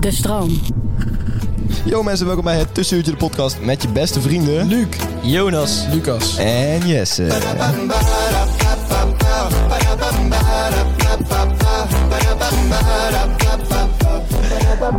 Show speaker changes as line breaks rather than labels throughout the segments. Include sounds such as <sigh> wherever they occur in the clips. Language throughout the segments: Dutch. De stroom.
Yo mensen, welkom bij het Tussenuurtje de podcast met je beste vrienden... Luc, Jonas
Lucas.
en Jesse.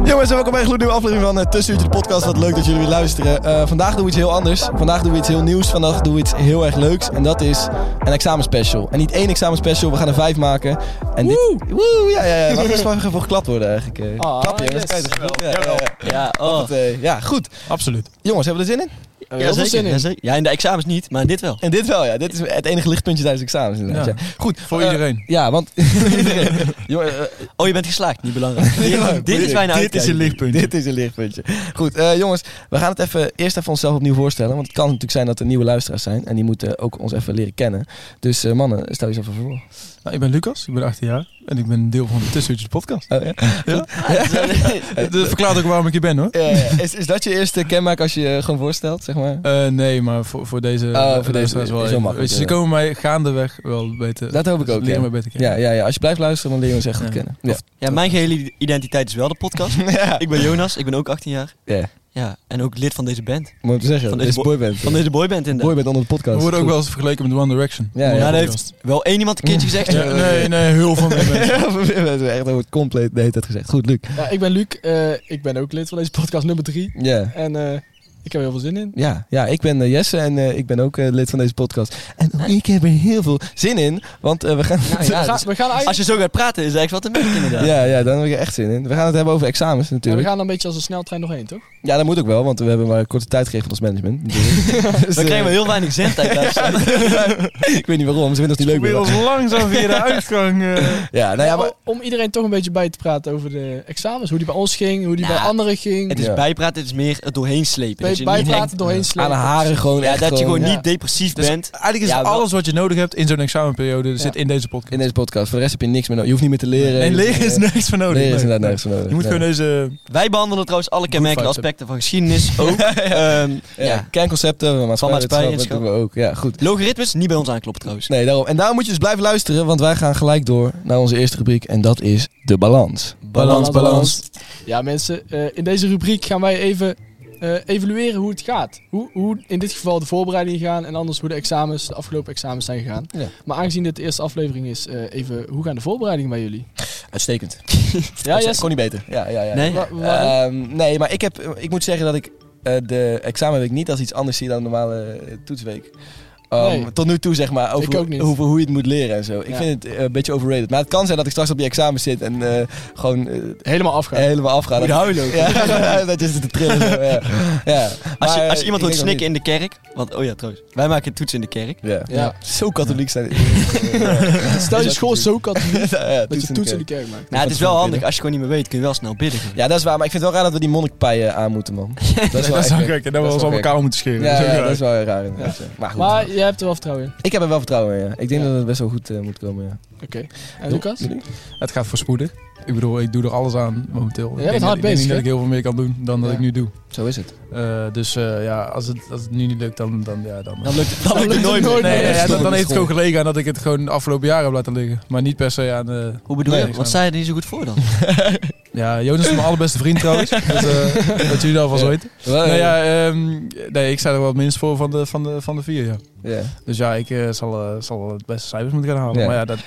Yo mensen, welkom bij een gloednieuwe aflevering van het Tussenuurtje de podcast. Wat leuk dat jullie weer luisteren. Eh, vandaag doen we iets heel anders. Vandaag doen we iets heel nieuws. Vandaag doen we iets heel erg leuks. En dat is een examenspecial. En niet één examenspecial, we gaan er vijf maken. En woe! Dit, woe, ja, ja, ja. Mag er wel even voor geklapt worden eigenlijk. eh.
Ah,
Klapje,
yes.
jongens. Kijk, dat is goed. Ja, ja,
Jawel.
ja. Want, eh, ja, goed.
Absoluut.
Jongens, hebben we er zin in?
heel veel zin in.
Ja, in de examens niet, maar in dit wel.
En dit wel, ja. Dit is het enige lichtpuntje tijdens examens. inderdaad,
Ja.
Ja. Goed.
Voor
eh,
iedereen.
Ja, want... iedereen. Jongen, eh,
Oh, je bent geslaagd, niet belangrijk. <laughs>
Ja,
dit, dit is bijna
Dit is een lichtpunt.
dit is een lichtpuntje. Goed, eh, jongens. We gaan het even, eerst even onszelf opnieuw voorstellen. Want het kan natuurlijk zijn dat er nieuwe luisteraars zijn. En die moeten ook ons even leren kennen. Dus eh, mannen, stel jezelf even voor.
Nou, ik ben Lucas, ik ben 18 jaar en ik ben deel van de Tussenuurtjes podcast.
Oh, ja? Eh,
Dat verklaart ook waarom ik hier ben hoor.
Ja, ja. Eh, is, is dat je eerste kenmerk als je je gewoon voorstelt, zeg maar?
Eh, nee, maar voor, voor deze
Oh,
eh,
voor
luisteraars
deze- eh,
wel
is wel
even.
makkelijk,
Weet je, Ze
ja.
komen mij gaandeweg wel beter.
Dat hoop ik ook,
Leren
ja.
mij beter kennen.
Ja, ja, ja. Als je blijft luisteren, dan leer je ons echt goed
Ja.
kennen. Ja.
Of-
Ja, mijn gehele identiteit is wel de podcast.
ja.
Ik ben Jonas, ik ben ook 18 jaar.
Ja.
Ja, en ook lid van deze band.
Moet ik zeggen,
Van
dit is
deze bo-
boyband.
Van deze boyband in de...
boyband onder de podcast.
We worden ook wel eens vergeleken met One Direction.
Ja, ja.
One
Ja, dat
Direction.
heeft wel één iemand een keertje gezegd.
Ja, nee, nee, heel veel meer
<laughs>
mensen.
Ja, we hebben echt over het compleet de hele tijd gezegd. Goed, Luc.
Ja, ik ben Luc. eh, ik ben ook lid van deze podcast nummer 3.
Ja.
En eh, ik heb er heel veel zin in.
Ja, ja, ik ben eh, Jesse en eh, ik ben ook eh, lid van deze podcast. En ook ik heb er heel veel zin in, want eh, we gaan... <laughs>
we, gaan, we gaan eigenlijk...
Als je zo gaat praten, is er echt wat te merken inderdaad.
Ja, ja, daar heb ik er echt zin in. We gaan het hebben over examens
ja, we
natuurlijk. Ja,
gaan er een beetje als een sneltrein nog heen, toch?
dat moet ook wel, want we hebben maar korte tijd gegeven als management. natuurlijk. dus,
Dan
eh,
krijgen we heel weinig zendtijd.
<laughs>
daar.
ik weet niet waarom, ze vinden ons niet leuk. meer.
Probeer ons <laughs> langzaam via de uitgang. eh.
Ja, nou ja, maar...
Om iedereen toch een beetje bij te praten over de examens. Hoe die bij ons ging, hoe die
Nou,
bij anderen ging.
Het is
Ja.
bijpraten, het is meer het doorheen slepen.
bij
Dat je niet
bijpraten
denkt-
doorheen
Aan de
slepen.
haren gewoon
Ja,
echt
dat je gewoon
ja.
niet depressief bent.
Eigenlijk is
Ja, wel-
alles wat je nodig hebt in zo'n examenperiode zit in deze podcast.
In deze podcast. Voor de rest heb je niks meer nodig. Je hoeft niet meer te leren.
En leren is
Eh,
nergens voor nodig.
leren is
Nee.
inderdaad nergens voor nodig.
Je moet
Nee.
gewoon deze...
Wij behandelen trouwens alle kenmerkende
vibes
aspecten van geschiedenis ook. Ehm,
Ja, kernconcepten van maatschappij. Dat doen we ook. Ja, goed.
Logaritmes, niet bij ons aankloppen trouwens.
Nee, daarom. En daarom moet je dus blijven luisteren, want wij gaan gelijk door naar onze eerste rubriek. En dat is de balans.
Balans, balans.
Ja, mensen. eh, in deze rubriek gaan wij even eh, evalueren hoe het gaat. Hoe, hoe in dit geval de voorbereidingen gaan. En anders hoe de examens, de afgelopen examens zijn gegaan.
Ja.
Maar aangezien dit de eerste aflevering is, eh, even hoe gaan de voorbereidingen bij jullie?
Uitstekend.
Ja,
Uitstekend.
yes.
Kon niet beter. Ja, ja, ja.
Nee?
Wa- waarom?
Ehm, nee, maar ik, heb, ik moet zeggen dat ik eh, de examenweek niet als iets anders zie dan de normale eh, toetsweek. Um,
Nee.
Tot nu toe, zeg maar, over,
Ik ook niet.
over hoe je het moet leren en zo. Ik
Ja.
vind het eh, een beetje overrated. Maar het kan zijn dat ik straks op die examen zit en eh, gewoon eh,
Helemaal afgaan.
helemaal afga.
Moet
Dat-
huilen ook.
<laughs> Ja, dat is te trillen.
<laughs>
zo, ja. Ja.
Als, je,
Maar,
als je
eh,
iemand
ik
hoort
denk
snikken in de kerk. Want, oh ja, trouwens. Wij maken toetsen in de kerk.
dat niet. Ja.
Ja.
Zo katholiek <laughs> zijn.
Stel je school zo
<laughs>
katholiek
Ja,
dat je
toetsen
toets in
ook.
de kerk maakt.
Nou, het
dat
is wel
snap ik,
handig. Als je gewoon niet meer weet, kun je wel snel bidden.
Ja, dat is waar. Maar ik vind het wel raar dat we die monnikpijen aan moeten,
<laughs>
man. Dat is wel
Dat
echt
is wel
gek.
gek. En dan
Dat
we
is
ons
wel
aan
gek.
elkaar moeten scheren.
Ja,
Dat is ook
ja,
raar.
dat is wel raar inderdaad. ja. Maar goed,
Maar jij hebt er wel vertrouwen in.
ik heb er wel vertrouwen in, ja. Ik denk
Ja.
dat het best wel goed eh, moet komen, ja.
Oké. En Lucas?
Jullie?
Het gaat voorspoedig. Ik bedoel, ik doe er alles aan momenteel.
bent
ik denk
hard
dat- ik denk
bezig,
niet
hè?
dat ik heel veel meer kan doen dan dat
Ja.
ik nu doe.
Zo is het.
Eh, dus eh, ja, als het, als het nu niet lukt, dan... dan, ja, dan
Dan lukt,
Dan lukt het nooit meer.
Nee,
nee,
ja,
dat is
dan, dan
dom,
heeft het
dat is
gewoon gelegen aan dat ik het gewoon de afgelopen jaren heb laten liggen. Maar niet per se aan... eh,
Hoe bedoel
Nee,
je?
ik
Wat
snap
zei je er niet zo goed voor dan?
ja, Jonas is mijn allerbeste vriend
<laughs>
trouwens. Dat, eh, dat jullie daar alvast
Ja.
weten.
Eh.
Wel,
Nee,
ja.
ja, ehm, nee, ik sta er wel het minst voor van de, van de, van de vier, ja.
Ja.
Dus ja, ik eh, zal, eh, zal wel het beste cijfers moeten gaan halen.
Ja.
Maar ja, dat,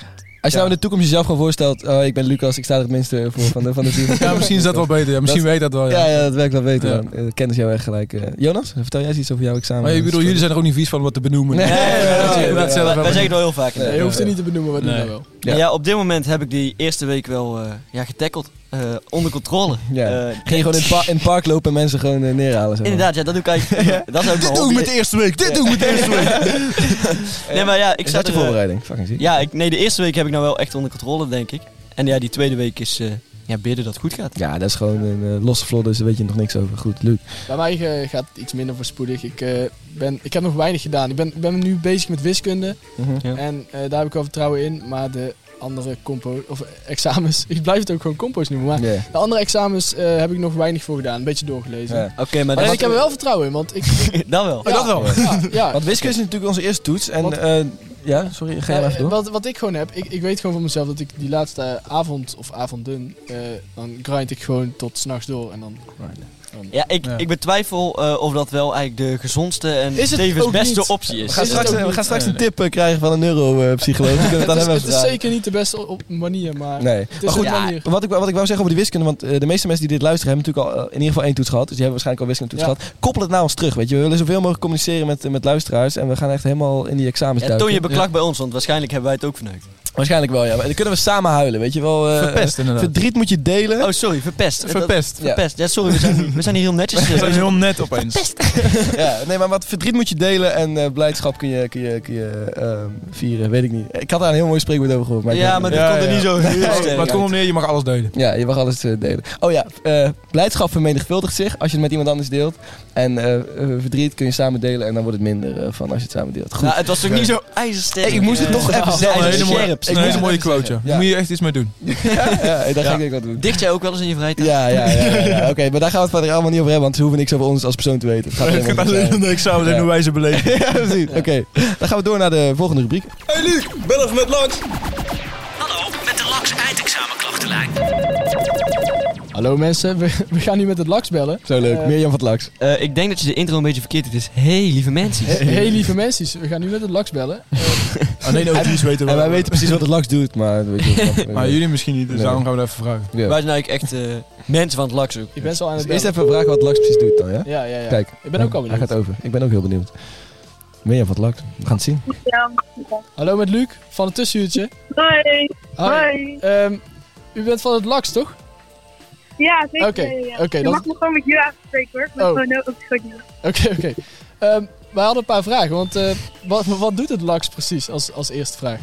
Als je
Ja.
nou in de toekomst jezelf gewoon voorstelt, oh, ik ben Lucas, ik sta er het minste voor van de, van de team.
<laughs> Ja, misschien is dat wel beter. Ja. Misschien weet dat wel. Ja.
Ja, ja, dat werkt wel beter.
Ja.
man. Eh, Kennis jou echt gelijk. eh. Jonas, vertel jij eens iets over jouw examen?
Maar ik bedoel, jullie zijn er ook niet vies van om wat te benoemen.
Nee, nee, nee,
dat,
nee, nee.
dat zelf
Wij
wel.
zeggen het wel heel vaak.
Nee,
inderdaad.
je hoeft het
eh,
niet te benoemen, we doen
nee.
dat wel.
Ja.
Ja. op dit moment heb ik die eerste week wel eh, ja, getackeld. eh, onder controle.
Ja.
Eh,
Ging je gewoon in
<laughs>
het, pa- in het park lopen en mensen gewoon eh, neerhalen? Zeg maar.
inderdaad, ja, dat doe ik eigenlijk. <laughs> Dat is ook mijn hobby.
eerste week. Dit doen we met de eerste week.
<laughs> Nee, maar ja, ik
Is
zat
dat je
er, eh,
voorbereiding? Fucking ziek.
Ja, ik, nee, de eerste week heb ik nou wel echt onder controle, denk ik. En ja, die tweede week is eh, ja, bidden dat het goed gaat.
Ja, dat is gewoon een eh, losse vlot, dus daar weet je nog niks over. Goed, Luc.
Bij mij eh, gaat het iets minder voorspoedig. Ik, eh, ben, ik heb nog weinig gedaan. Ik ben, ik ben nu bezig met wiskunde
Ja.
en eh, daar heb ik wel vertrouwen in. Maar de andere compo of eh, examens, <laughs> ik blijf het ook gewoon compo's noemen. Maar
Ja.
de andere examens eh, heb ik nog weinig voor gedaan, een beetje doorgelezen.
Ja.
Oké, maar
Maar
dat, Oh,
ik heb er wel vertrouwen in, want ik... ik-
dat wel.
ja,
dat wel.
Ja,
<laughs>
ja.
Want wiskunde is natuurlijk onze eerste toets. En,
Want-
eh, ja, sorry, ga je maar
Eh,
even door.
wat, wat ik gewoon heb, ik, ik weet gewoon van mezelf dat ik die laatste eh, avond of avonden, eh, dan grind ik gewoon tot s'nachts door en dan...
Ja, ik,
Ja.
ik betwijfel eh, of dat wel eigenlijk de gezondste en
Is het
tevens
ook
beste
niet?
optie
We
is.
gaan
is het
straks,
ook
eh, we
niet-
gaan straks
nee,
een tip eh, krijgen van een neuropsycholoog. Uh,
<laughs> Het is,
hebben
het is
vragen.
zeker niet de beste op, manier, maar
Nee,
het
maar
is
goed,
een manier.
Wat ik, wat ik wou zeggen over die wiskunde, want eh, de meeste mensen die dit luisteren hebben natuurlijk al eh, in ieder geval één toets gehad. Dus die hebben waarschijnlijk al wiskunde toets gehad. Koppel het naar ons terug, weet je. We willen zoveel mogelijk communiceren met, eh, met luisteraars en we gaan echt helemaal in die examens
En
duiken.
toon je beklag bij ons, want waarschijnlijk hebben wij het ook verneukt.
Waarschijnlijk wel, ja. Maar dan kunnen we samen huilen, weet je wel. eh,
Verpest, inderdaad.
Verdriet moet je delen.
Oh, sorry, verpest. Eh, dat-
Verpest.
Ja.
verpest. Ja, sorry, we zijn, we zijn hier heel netjes.
Dat is heel net opeens.
<laughs> Ja, nee, maar wat verdriet moet je delen en eh, blijdschap kun je, kun je, kun je ehm, vieren, weet ik niet. Ik had daar een heel mooi spreekwoord over gehoord. Maar ik
ja,
weet
maar
het
dat
Ja,
komt er
ja.
niet zo heel
Maar
sterk
het komt om neer, je mag alles delen.
niet. Ja, je mag alles eh, delen. Oh ja, eh, blijdschap vermenigvuldigt zich als je het met iemand anders deelt. En eh, eh, verdriet kun je samen delen en dan wordt het minder eh, van als je het samen deelt.
uit.
Goed.
Nou, het was toch niet zo ijzersterk.
Hey, ik moest het
Eh,
nog even
ja,
zeggen.
Een hele mooie,
scherp.
een
Ik
hele
moest-
mooie quote.
Ja.
Daar moet je echt iets mee doen.
<laughs> ja, Eh, daar ga ik
Ja.
denk ik wat doen.
Dicht jij ook wel eens in je vrije tijd?
Ja, ja, ja. ja, ja. Oké, maar daar gaan we het verder allemaal niet over hebben, want ze hoeven niks over ons als persoon te weten. Het gaat alleen maar om het
<laughs> een examen
Ja.
wij ze beleven.
zijn. Ja, precies. Oké, dan gaan we door naar de volgende rubriek.
Hallo mensen, we, <laughs> we gaan nu met het laks bellen.
Zo leuk,
Eh,
Mirjam van het Laks.
Eh, ik denk dat je de intro een beetje verkeerd doet. Het is hey, lieve mensen.
Hé hey, lieve mensen, we gaan nu met het laks bellen.
<laughs> Alleen OG's weten
En
wel.
wij weten precies wat het Laks doet, maar... Weet
<laughs>
je,
Maar jullie misschien niet, dus
Nee.
daarom gaan we dat even vragen.
Ja.
<laughs> Wij zijn eigenlijk echt eh, mensen van het lak zoeken.
Ik ben zo aan
Dus
het
eerst
bellen.
even vragen wat Laks precies doet dan, ja?
Ja, ja, ja.
Kijk.
ik ben ook al
Hij
benieuwd.
gaat over. Ik ben ook heel benieuwd. Mirjam van het Laks. We gaan het zien.
Hallo met Luc van het tussenuurtje.
Hoi.
Hoi.
Hoi.
Ehm, u bent van het laks, toch?
Ja, zeker.
Oké,
ja, ja.
oké,
Je
dat-
mag me gewoon met jullie aanspreken hoor. Ik ben
Oh.
gewoon heel- ook goed.
Oké, oké. Ehm, wij hadden een paar vragen, want eh, wat, wat doet het laks precies als, als eerste vraag?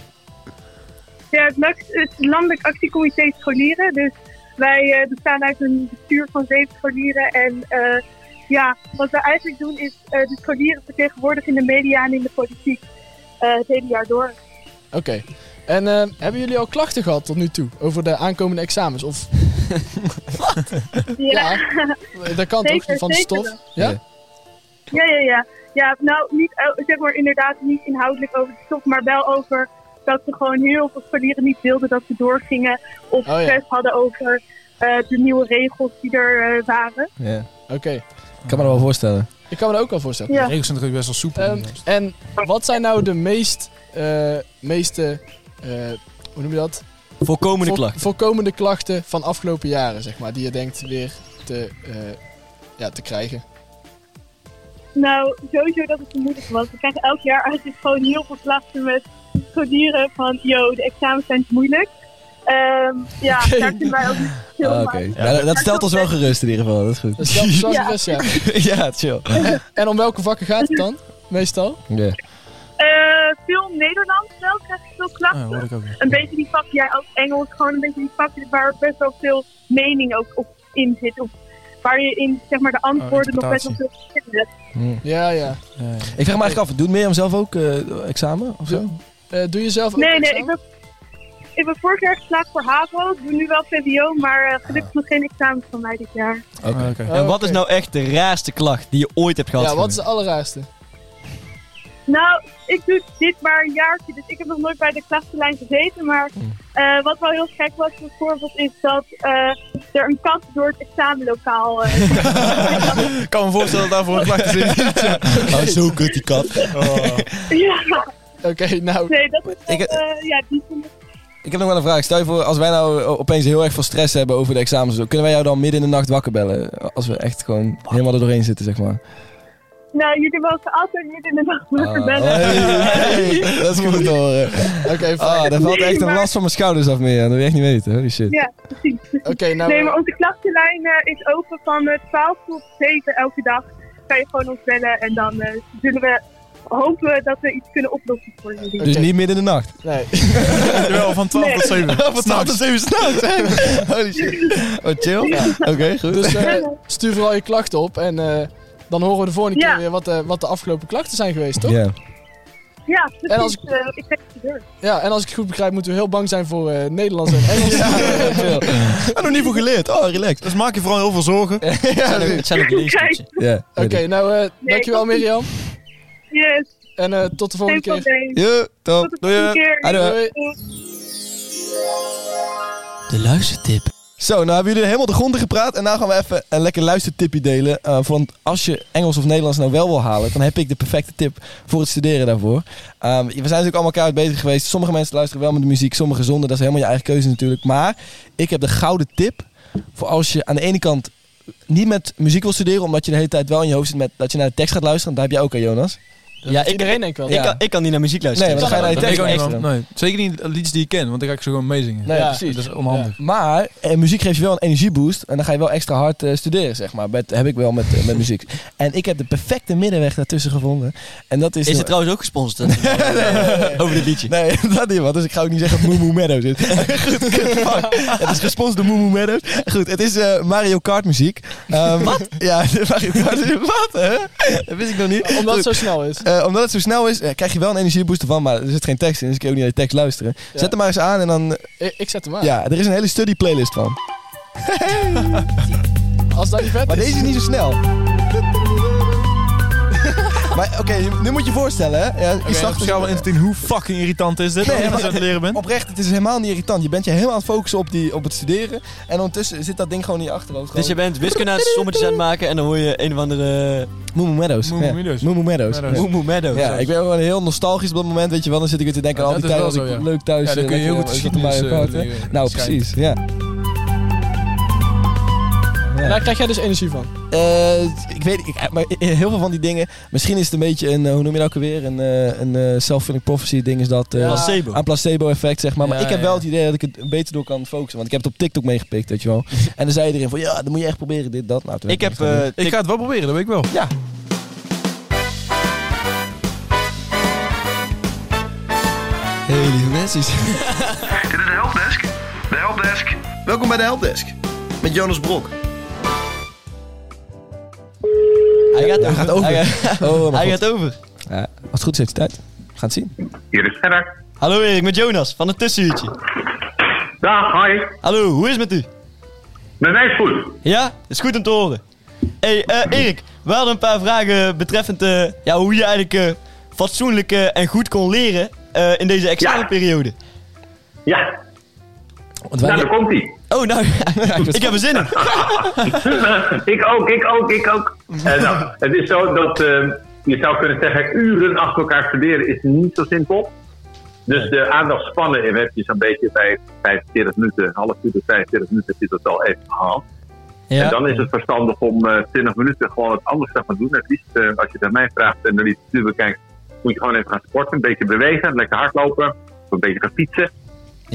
Ja, het, LAX, het Landelijk Actiecomité Scholieren. Dus wij eh, bestaan uit een bestuur van zeven scholieren. En eh, ja, wat we eigenlijk doen is eh, de scholieren vertegenwoordigen in de media en in de politiek. eh, het hele jaar door.
Oké. En ehm, hebben jullie al klachten gehad tot nu toe over de aankomende examens? Of ja, dat kan toch
Zeker,
van de
zeker
stof?
wel.
Ja?
Ja, ja, ja. Ja, nou, niet, eh, zeg maar inderdaad niet inhoudelijk over de stof, maar wel over dat ze gewoon heel veel scholieren niet wilden dat ze doorgingen. Of
Oh, ja.
stress hadden over eh, de nieuwe regels die er eh, waren.
Oké.
Ik kan me dat wel voorstellen.
Ik kan me dat ook al voorstellen.
De
Ja.
regels zijn natuurlijk best wel soepel.
Ehm, en wat zijn nou de meest, eh, meeste, eh, hoe noem je dat?
Voorkomende
Vo-
klacht.
Voorkomende klachten van afgelopen jaren, zeg maar, die je denkt weer te, eh, ja, te krijgen.
Nou, sowieso dat het te moeilijk was. We krijgen elk jaar eigenlijk gewoon heel veel klachten met scholieren van, yo, de examens zijn te moeilijk. Ehm, ja, daar kunnen wij ook niet veel
Ah,
aan
Oké. Ja, dat- dat stelt ons wel gerust in ieder geval. Dat is goed. <laughs>
Dat is wel- dat is wel
Ja.
gerust, ja.
ja, chill.
En om welke vakken gaat het dan, meestal?
Ja.
Eh, veel Nederlands wel krijg ik veel klachten.
Ja, hoor ik ook weer.
een beetje die vak, jij ook Engels, gewoon een beetje die vak waar best wel veel mening ook op in zit. Of waar je in zeg maar, de antwoorden nog best wel veel verschillen hebt.
Ja, ja.
Ja, ja.
Ik vraag me eigenlijk af, doet Mirjam zelf ook eh, examen of zo?
Eh, doe je zelf ook
Nee,
een
nee, ik
examen?
ben, ik ben vorig jaar geslaagd voor HAVO. Ik doe nu wel VWO, maar eh, gelukkig nog geen examen van mij dit jaar.
Ah,
Oké.
oké.
Oh,
En wat
oké.
is nou echt de raarste klacht die je ooit hebt gehad?
Ja, wat is de
Jeroen?
allerraarste?
Nou, ik doe dit maar een jaartje, dus ik heb nog nooit bij de klachtenlijn gezeten. Maar eh, wat wel heel gek was bijvoorbeeld, is dat eh, er een kat door het examenlokaal eh, <laughs>
Ik kan me voorstellen dat daarvoor een klacht is.
<laughs> Oh, zo kut die kat.
Ja,
Oké, nou,
nee, dat is wel,
Ik-
eh, ja, die vind ik-
Ik Ik heb nog wel een vraag. Stel je voor, als wij nou opeens heel erg veel stress hebben over de examens, en zo, kunnen wij jou dan midden in de nacht wakker bellen? Als we echt gewoon helemaal er doorheen zitten, zeg maar.
Nou, jullie mogen altijd midden in de nacht wakker
Ah,
bellen.
hey, hey, dat is goed te horen.
Oké, fijn.
Ah, daar valt echt een last van mijn schouders af meer. Dat wil je echt niet weten, holy shit.
Ja, precies.
Oké, nou...
Nee, maar onze klassenlijn eh, is open van eh, 12 tot 7 elke dag. Kan je gewoon ons bellen en dan eh, zullen we hopen dat we iets kunnen oplossen voor jullie.
Dus niet midden in de nacht.
nee.
Jawel, van 12 tot 7.
<laughs> Wat nou, dat is even snel.
<laughs>
Holy shit. Oh, chill. Oké, goed.
<laughs> Dus eh, stuur vooral je klachten op en eh, dan horen we de volgende
Ja.
keer weer wat, eh, wat de afgelopen klachten zijn geweest, toch? Ja.
Ja.
Ja, precies.
En als ik-
eh, ik denk de deur.
en als ik het goed begrijp moeten we heel bang zijn voor eh, Nederlands en Engels.
Ik heb nog niet veel geleerd. Oh, relaxed.
Dus maak je vooral heel veel zorgen.
Ja,
zijn ook- Het zijn ook leestukjes.
ja
<laughs> Oké,
weet ik.
nou, eh, dankjewel
dat is-
Mirjam.
Yes,
En eh, tot de
geen
volgende keer.
probleem.
Yo, top.
Tot de volgende keer.
Hallo.
Doei. eh.
De luistertip.
Zo, nou hebben jullie helemaal de gronden gepraat. En nou gaan we even een lekker luistertipje delen. Eh, want als je Engels of Nederlands nou wel wil halen, dan heb ik de perfecte tip voor het studeren daarvoor. Ehm, we zijn natuurlijk allemaal keihard bezig geweest. Sommige mensen luisteren wel met de muziek, sommige zonder. Dat is helemaal je eigen keuze natuurlijk. Maar ik heb de gouden tip voor als je aan de ene kant niet met muziek wil studeren, omdat je de hele tijd wel in je hoofd zit met dat je naar de tekst gaat luisteren. Dat heb jij ook aan Jonas.
Ja, ik,
Iedereen denk ik wel.
ik, kan, ik kan niet naar muziek luisteren.
Nee, maar dan ga je naar je
Dat weet ik
tekst
ook niet,
luisteren.
man. Nee. Zeker niet liedjes die ik ken, want dan ga ik ze gewoon meezingen.
Nee,
Ja.
precies.
Dat is onhandig.
Maar eh, muziek geeft je wel een energieboost. En dan ga je wel extra hard eh, studeren, zeg maar. Met, heb ik wel met, eh, met muziek. En ik heb de perfecte middenweg daartussen gevonden. En dat is...
Is het trouwens ook
<laughs>
gesponsord? Over dit liedje.
Nee, <laughs> dat niet wat. Dus ik ga ook niet zeggen dat Moo Moo Meadows is. <laughs> Goed, fuck. Het is gesponsord door Moo Moo Meadows. Goed, het is eh, Mario Kart muziek. wat? Ja, <laughs> Mario Kart. Wat, hè? Dat wist ik nog niet.
Omdat
Goed.
het zo snel is.
Eh, omdat het zo snel is, eh, krijg je wel een energieboost van, maar er zit geen tekst in, dus ik kan ook niet naar de tekst luisteren.
Ja. Ah.
Zet hem maar eens aan en dan... eh,
Ik, ik zet hem aan.
Ja, er is een hele study playlist van.
Als dat niet vet
Maar
is.
deze is niet zo snel. <laughs> maar oké, nu moet je je voorstellen, hè? Ja,
Ik
iets
zag
zachter-
schaal in te zien hoe fucking irritant is dit.
Nee,
als je
maar-
aan het leren bent.
Oprecht, het is helemaal niet irritant. Je bent je helemaal aan het focussen op, die, op het studeren. En ondertussen zit dat ding gewoon in je achterhoofd.
Dus je bent wiskunde aan het sommetjes aan het maken en dan hoor je een of andere... eh,
Moomoo Meadows.
Moo Moo
Ja.
Meadows.
Moo Moo Meadows.
Meadows.
Ja.
Moo Moo Meadows.
Ja, ik ben gewoon heel nostalgisch op dat moment, weet je wel. Dan zit ik weer te denken aan
Ja,
al die
dat
tijd
is
als ik
wel zo, ja.
leuk thuis
<laughs> Ja, dan kun je
eh,
heel goed
lekker zat op
geschiedenis...
Mario Kart, hè.
eh, leren.
Nou,
Schijnt.
precies, ja. Ja.
Daar krijg jij dus energie van.
Eh, ik weet ik, maar heel veel van die dingen. Misschien is het een beetje een, eh, hoe noem je dat ook alweer? Een, eh, een eh, self-fulfilling prophecy ding is dat. eh,
Ja.
Placebo.
aan placebo-effect, zeg maar. Maar
Ja,
ik heb
ja,
wel
ja.
het idee dat ik het beter door kan focussen. Want ik heb het op TikTok meegepikt, weet je
<laughs>
wel. en dan zei iedereen van, ja, dan moet je echt proberen, dit, dat. Nou, toen
Ik heb...
het
eh,
Ik ga het wel proberen, dat weet ik wel.
Ja.
Hey, lieve mensen.
Dit is de helpdesk. De helpdesk. Welkom bij de helpdesk. Met Jonas Brok.
Hij gaat
Hij
over.
gaat over.
Hij gaat-
<laughs> Oh,
Hij
mijn god.
gaat over.
Ja, als het goed is, heeft hij tijd. We gaan het zien.
Hier is Gerrit.
Hallo Erik, met Jonas van het tussenuurtje.
Dag, hi.
Hallo, hoe is het met u?
Met mij is goed.
Ja, is goed om te horen. hey, eh, Erik, we hadden een paar vragen betreffend eh, ja, hoe je eigenlijk eh, fatsoenlijk eh, en goed kon leren eh, in deze examenperiode.
Ja,
Want
nou,
wij,
daar komt ie.
Oh, nou, <laughs> ik heb er <laughs> zin in.
ik ook, ik ook, ik
<laughs>
ook. Eh, nou, het is zo dat eh, je zou kunnen zeggen, uren achter elkaar studeren is niet zo simpel. Dus de aandachtspannen heb je zo'n beetje bij 45 minuten, een half uur tot 45 minuten zit dat al even gehaald. En dan is het verstandig om eh 20 minuten gewoon wat anders te gaan doen. Het liefst, eh, als je naar mij vraagt en naar die stuur bekijkt, moet je gewoon even gaan sporten. Een beetje bewegen, lekker hardlopen, of een beetje gaan fietsen. En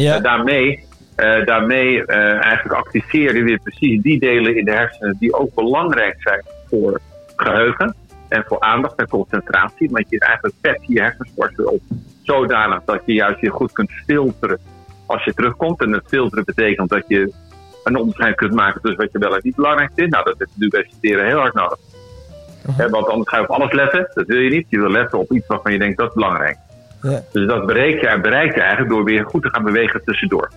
Ja,
daarmee, eh, daarmee eh, eigenlijk activeer je weer precies die delen in de hersenen die ook belangrijk zijn voor geheugen en voor aandacht en concentratie. Want je eigenlijk pet je hersensport weer op zodanig dat je juist je goed kunt filteren als je terugkomt. En het filteren betekent dat je een onderscheid kunt maken tussen wat je wel en niet belangrijk vindt. Nou, dat is natuurlijk bij studeren heel hard nodig. Hè, want anders ga je op alles letten. Dat wil je niet. Je wil letten op iets waarvan je denkt dat is belangrijk.
Ja.
Dus dat bereik je, bereik je eigenlijk door weer goed te gaan bewegen tussendoor.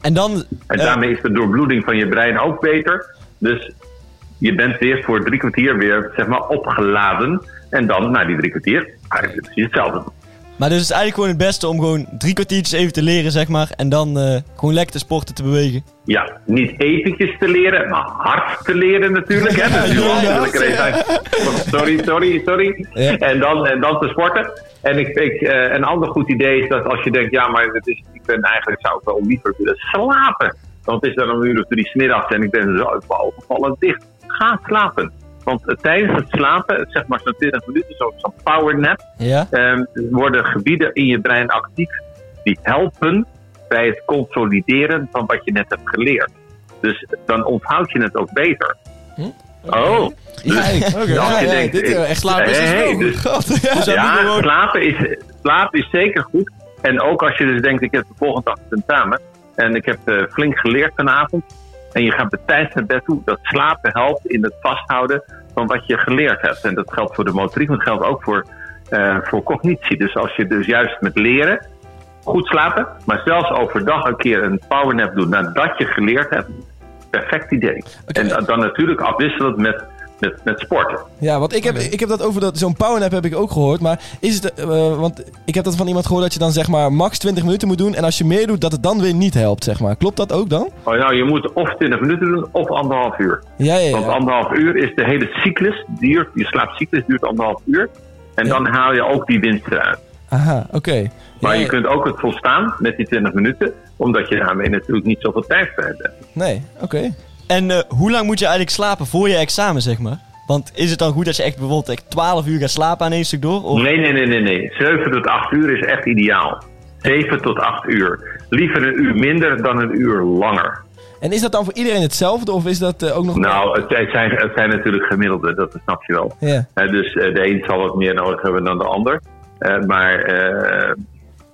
en dan...
En
eh,
daarmee is de doorbloeding van je brein ook beter. Dus je bent weer voor drie kwartier weer zeg maar, opgeladen. En dan na die drie kwartier eigenlijk precies hetzelfde.
maar dus het is eigenlijk gewoon het beste om gewoon drie kwartiertjes even te leren, zeg maar. En dan eh, gewoon lekker te sporten, te bewegen.
Ja, niet eventjes te leren, maar hard te leren natuurlijk. Hè? Dus Dat is heel natuurlijk ineens uit. Sorry, sorry, sorry. En, dan, en dan te sporten. En ik, ik, eh, een ander goed idee is dat als je denkt, ja, maar het is, ik ben eigenlijk, zou ik wel liever willen slapen. Want het is dan een uur of drie 's middags en ik ben zo ik ben overvallen dicht. Ga slapen. Want eh, tijdens het slapen, zeg maar zo'n 20 minuten, zo- zo'n powernap,
Ja?
ehm, worden gebieden in je brein actief die helpen bij het consolideren van wat je net hebt geleerd. Dus dan onthoud je het ook beter. Oh,
Kijk, oké.
als
Hm? Ja,
je
ja,
denkt,
dit,
ik-
eh, echt slapen is
Hey,
dus
hey,
wel
dus-
goed. God, ja.
ja, slapen is, slapen is zeker goed. En ook als je dus denkt, ik heb de volgende dag tentamen. En ik heb eh, flink geleerd vanavond. En je gaat betijds naar bed toe. Dat slapen helpt in het vasthouden van wat je geleerd hebt. En dat geldt voor de motoriek, maar dat geldt ook voor, eh, voor cognitie. Dus als je dus juist met leren goed slapen. Maar zelfs overdag een keer een powernap doen nadat je geleerd hebt. Perfect idee. En dan- dan natuurlijk afwisselend met, met, met sporten.
Ja, want ik heb, ik heb dat over dat, zo'n powernap heb ik ook gehoord. Maar is het, eh, eh, want ik heb dat van iemand gehoord dat je dan zeg maar max 20 minuten moet doen. En als je meer doet, dat het dan weer niet helpt, zeg maar. Klopt dat ook dan?
Oh, nou, je moet of 20 minuten doen of anderhalf uur.
Ja, ja,
Want
ja.
anderhalf uur is de hele cyclus, duurt, je slaapcyclus duurt anderhalf uur. En
Ja.
dan haal je ook die winst eruit.
Aha, oké.
Maar
Ja,
je kunt ook het volstaan met die 20 minuten, omdat je daarmee natuurlijk niet zoveel tijd voor hebt.
Nee, oké.
En eh, hoe lang moet je eigenlijk slapen voor je examen, zeg maar? Want is het dan goed dat je echt bijvoorbeeld echt 12 uur gaat slapen aan één stuk door? Of...
Nee, nee, nee, nee, nee. 7 tot 8 uur is echt ideaal. 7 tot 8 uur. Liever een uur minder dan een uur langer.
En is dat dan voor iedereen hetzelfde? Of is dat eh, ook nog...
Nou, het het zijn, het zijn natuurlijk gemiddelden, dat snap je wel.
Ja.
Hè, dus eh, de een zal wat meer nodig hebben dan de ander. Eh, maar eh,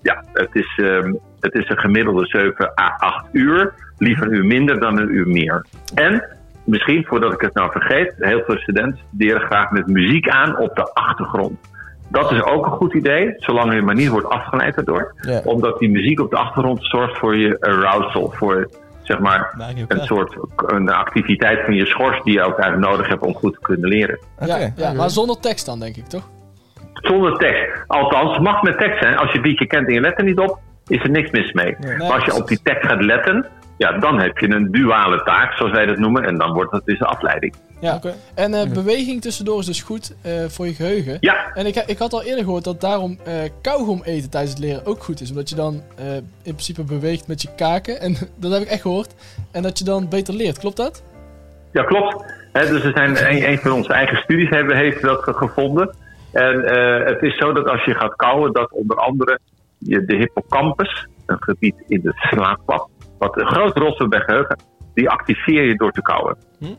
ja, het is, ehm, het is een gemiddelde 7 à 8 uur. Liever een uur minder dan een uur meer. En misschien, voordat ik het nou vergeet, heel veel studenten studeren graag met muziek aan op de achtergrond. Dat is ook een goed idee, zolang je maar niet wordt afgeleid daardoor.
Ja.
Omdat die muziek op de achtergrond zorgt voor je arousal, voor zeg maar
Maak je ook
een
klaar.
soort een activiteit van je schors die je ook eigenlijk nodig hebt om goed te kunnen leren.
Ja, ja, maar zonder tekst dan, denk ik, toch?
Zonder tekst. Althans, het mag met tekst zijn. Als je het liedje kent en je let er niet op, is er niks mis mee. maar als je op die tekst gaat letten, ja, dan heb je een duale taak, zoals wij dat noemen. En dan wordt dat dus een afleiding.
Ja. En eh, beweging tussendoor is dus goed eh, voor je geheugen.
Ja,
En ik, ik had al eerder gehoord dat daarom eh kauwgom eten tijdens het leren ook goed is. Omdat je dan eh, in principe beweegt met je kaken. En <laughs> dat heb ik echt gehoord. En dat je dan beter leert. Klopt dat?
ja klopt. Hè, dus er zijn een, een van onze eigen studies hebben, heeft dat ge- gevonden. En eh, het is zo dat als je gaat kouwen, dat onder andere je de hippocampus, een gebied in de slaappap, wat een groot rol speelt bij geheugen, die activeer je door te kouwen.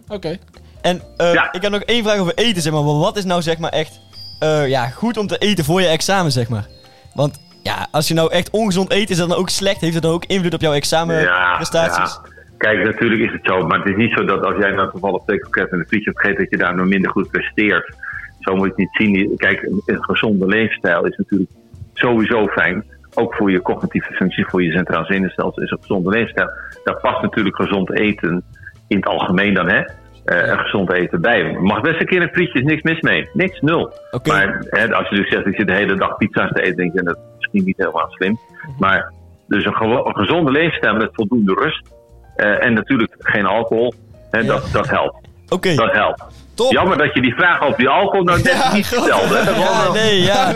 Oké.
En eh,
Ja.
ik heb nog één vraag over eten, zeg maar. Want Wat is nou zeg maar echt eh, ja, goed om te eten voor je examen, zeg maar? Want ja, als je nou echt ongezond eet, is dat dan ook slecht? Heeft dat dan ook invloed op jouw examenprestaties?
ja. Kijk, natuurlijk is het zo. Maar het is niet zo dat als jij nou toevallig twee kroketten en een frietje hebt gegeten, dat je daar nou minder goed presteert. Zo moet je het niet zien. Kijk, een, een gezonde leefstijl is natuurlijk sowieso fijn. Ook voor je cognitieve functie, voor je centraal zenuwstelsel is een gezonde leefstijl. Daar past natuurlijk gezond eten in het algemeen dan, hè? eh, een gezond eten bij. Mag best een keer een frietje, is niks mis mee. Niks, nul.
Oké.
Maar hè, als je dus zegt dat je de hele dag pizza's te eten, denk je dat is misschien niet helemaal slim. Maar dus een, gewo- een gezonde leefstijl met voldoende rust. eh, en natuurlijk geen alcohol. Hè, dat, dat helpt.
Oké.
Dat helpt.
Top.
Jammer dat je die vraag over die alcohol
<laughs>
nou net niet stelde. hè.
Ja, nee, <laughs> ja.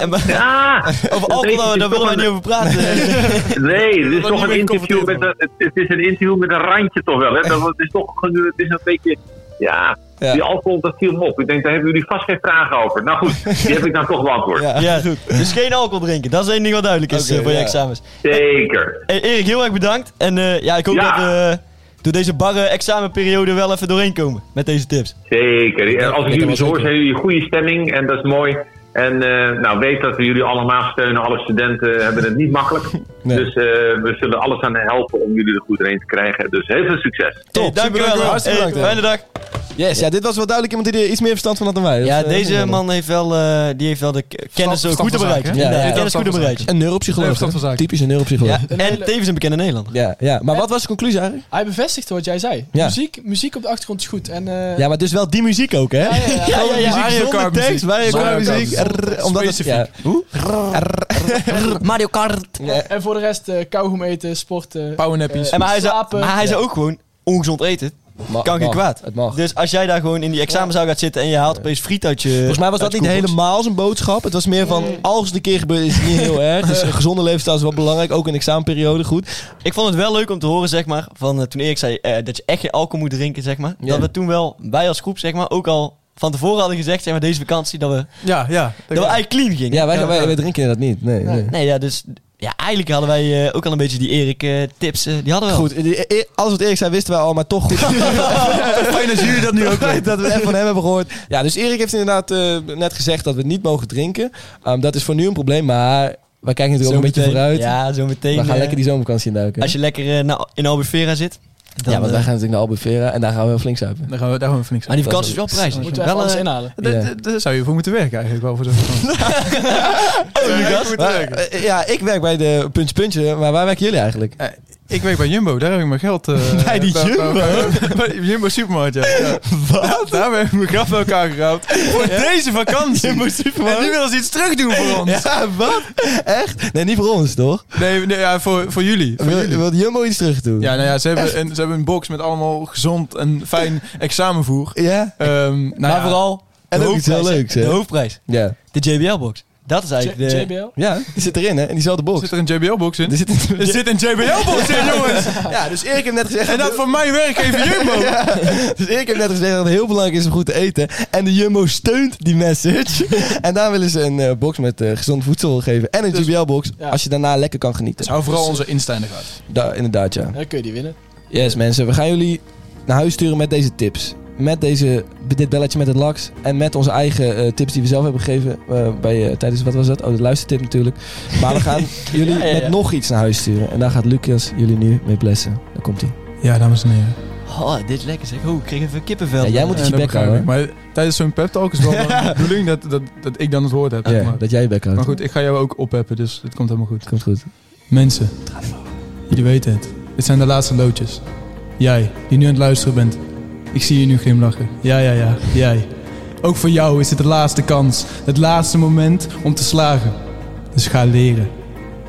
En
<laughs>
maar-
Ja,
Over
het Oh. is-
alcohol,
het is
daar willen
toch
wij niet
een-
over praten.
<laughs> Nee, het
wil
is toch
niet
een
meer
interview met een, het, het is een interview met een randje toch wel. Hè? Dat, het is toch een- het is een beetje. Ja,
Ja.
die alcohol dat viel me op. Ik denk, daar hebben jullie vast geen vragen over. Nou goed,
<laughs>
die heb ik dan toch beantwoord.
Ja.
ja, goed. Dus geen alcohol drinken. Dat is één ding wat duidelijk is
Oké,
eh, voor je
ja.
examens.
Zeker.
Hey, Erik, heel erg bedankt. En eh, ja, ik hoop
Ja.
dat we eh, door deze barre examenperiode wel even doorheen komen met deze tips.
Zeker. En Als ik
dat
jullie
was
zo hoor,
zeker.
zijn jullie in goede stemming en dat is mooi. En eh, nou, weet dat we jullie allemaal steunen. Alle studenten hebben het niet makkelijk.
Nee.
Dus eh, we zullen alles aan helpen om jullie er goed doorheen te krijgen. Dus heel veel succes.
Top,
Top,
dankjewel.
superdankjewel.
hè.
Hartstikke
Hey,
bedankt,
fijne dag.
Yes, ja, dit was wel duidelijk iemand die er iets meer verstand van had dan wij. Dat
Ja,
is, eh,
deze
helemaal
man heeft wel, eh, die heeft wel de k- kennis
verstand
goed op
van
een rijtje.
zaken,
hè?
Ja,
Ja,
de
ja,
kennis
verstand
goed op een
van
rijtje.
Een neuropsycholoog.
Verstand van
hè?
zaken.
Typisch een neuropsycholoog.
Ja,
Ja.
en tevens een bekende Nederlander.
Ja, maar wat was de conclusie eigenlijk?
Hij bevestigt wat jij zei.
Ja.
Muziek, muziek op de achtergrond is goed. En eh,
Ja, maar dus wel die muziek ook, hè?
ja,
<laughs>
ja.
ja, ja. Mario
Mario
Kart
Kart tekst,
muziek.
Mario Kart
Mario Kart
muziek.
muziek.
rrr, Omdat het... Ja. Hoe?
Mario Kart.
en voor de rest eh kauwgom eten, sporten.
Powernappies.
En maar hij, zou,
Slapen.
maar hij zou ook gewoon ongezond eten.
Ma-
Kan geen
mag.
kwaad.
Het mag.
Dus als jij daar gewoon in die examenzaal gaat zitten en je haalt opeens friet uit eh, je...
Volgens mij was dat niet helemaal zijn boodschap. Het was meer van, als het een keer gebeurt, is het niet <laughs> heel erg. Dus een gezonde levensstijl is wel belangrijk, ook in de examenperiode. Goed.
Ik vond het wel leuk om te horen, zeg maar, van eh, toen Erik zei eh, dat je echt geen alcohol moet drinken, zeg maar.
Ja.
Dat we toen wel, wij als groep, zeg maar, ook al van tevoren hadden gezegd, zeg maar, deze vakantie, dat we,
Ja, ja.
dat we eigenlijk clean gingen.
Ja, wij, wij, wij drinken dat niet. Nee, nee.
Nee, ja, dus ja, eigenlijk hadden wij eh, ook al een beetje die Erik eh, tips, eh, die hadden we
Goed, die- e- alles wat Erik zei wisten wij al, maar toch goed.
Fijn dat jullie dat nu ook
Fijn dat we even van hem hebben gehoord. Ja, dus Erik heeft inderdaad eh, net gezegd dat we niet mogen drinken. Ehm, dat is voor nu een probleem, maar wij kijken natuurlijk ook een beetje vooruit.
Ja, zo meteen.
we gaan
eh,
lekker die zomervakantie induiken.
Als je lekker eh, nou, in Albufeira zit, dan...
ja, want
eh,
wij gaan natuurlijk naar Albufeira en daar gaan we heel flink zuipen.
Daar gaan we, daar gaan we even niks aan.
maar die vakantie is wel eh, prijzig.
Moeten we even alles inhalen.
Ja.
Daar- daar- Daar zou je voor moeten werken eigenlijk wel voor zo'n vakantie.
Maar, eh, ja, ik werk bij de Puntje Puntje, maar waar werken jullie eigenlijk?
Eh, Ik werk bij Jumbo, daar heb ik mijn geld... eh,
Bij die Jumbo?
bij die Jumbo Supermarkt, ja. ja. Daar, daar heb ik mijn geld bij elkaar geraapt. Voor
<laughs>
deze vakantie. Jumbo Supermarkt? En nu willen ze iets terug doen voor
<laughs>
ons.
Ja, wat? Echt? Nee, niet voor ons, toch?
Nee, nee ja, voor, voor jullie. Voor
Wil,
jullie.
wil Jumbo iets terug doen?
Ja, nou ja, ze hebben, een, ze hebben een box met allemaal gezond en fijn examenvoer.
Ja?
Ehm, nou
Maar
ja,
vooral...
En
de
ook iets heel
hoofdprijs,
leuks,
De
hè?
hoofdprijs.
Ja.
De JBL-box. Dat is
J-
eigenlijk de...
JBL?
Ja, die zit erin, hè? In diezelfde box.
Zit er een JBL-box in?
Er zit een-
<laughs> Er zit een JBL-box <laughs> in, jongens!
Ja, dus Erik heeft net gezegd...
En dat voor mijn werkgever
<laughs>
Jumbo!
Dus Erik heeft net gezegd dat het heel belangrijk is om goed te eten. En de Jumbo steunt die
<laughs>
message. en daar willen ze een eh, box met eh, gezond voedsel geven. En een
Dus-
JBL-box,
ja.
als je daarna lekker kan genieten.
Hou vooral onze Insta in de gaten.
Da- inderdaad, ja.
Dan kun je die winnen.
Yes, mensen. We gaan jullie naar huis sturen met deze tips. Met deze, dit belletje met het laks. En met onze eigen eh, tips die we zelf hebben gegeven. eh, bij, eh, tijdens, wat was dat? Oh, de luistertip natuurlijk. Maar we
<laughs>
gaan jullie
Ja, ja, ja.
met nog iets naar huis sturen. En daar gaat Lucas jullie nu mee blessen. Daar komt hij.
Ja, dames en heren.
Oh, dit is lekker zeg. Oh, ik kreeg even kippenvel. Eh,
Ja, jij moet- je
dat
bek
begrijp
houden.
ik. Maar tijdens zo'n pep
<laughs>
talk is wel de bedoeling dat, dat, dat ik dan het woord heb.
Ja,
maar,
dat jij je bek houdt.
maar goed, ik ga jou ook opheppen, dus het komt helemaal goed.
Komt goed.
Mensen, jullie weten het. Dit zijn de laatste loodjes. Jij, die nu aan het luisteren bent. Ik zie je nu glimlachen. Ja, ja, ja. Jij. Ook voor jou is dit de laatste kans. Het laatste moment om te slagen. Dus ga leren.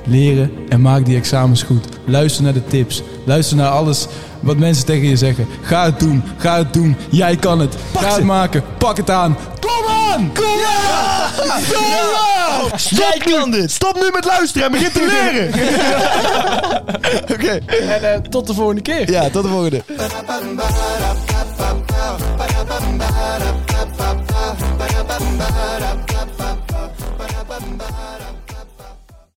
Leren en maak die examens goed. Luister naar de tips. Luister naar alles wat mensen tegen je zeggen. Ga het doen. Ga het doen. Jij kan het. ga het maken. Pak het aan. Kom aan! Kom aan!
<laughs> Jij kan dit!
Stop nu met luisteren en begin te
<laughs>
leren! <laughs> Oké.
En eh, tot de volgende keer.
Ja, tot de volgende.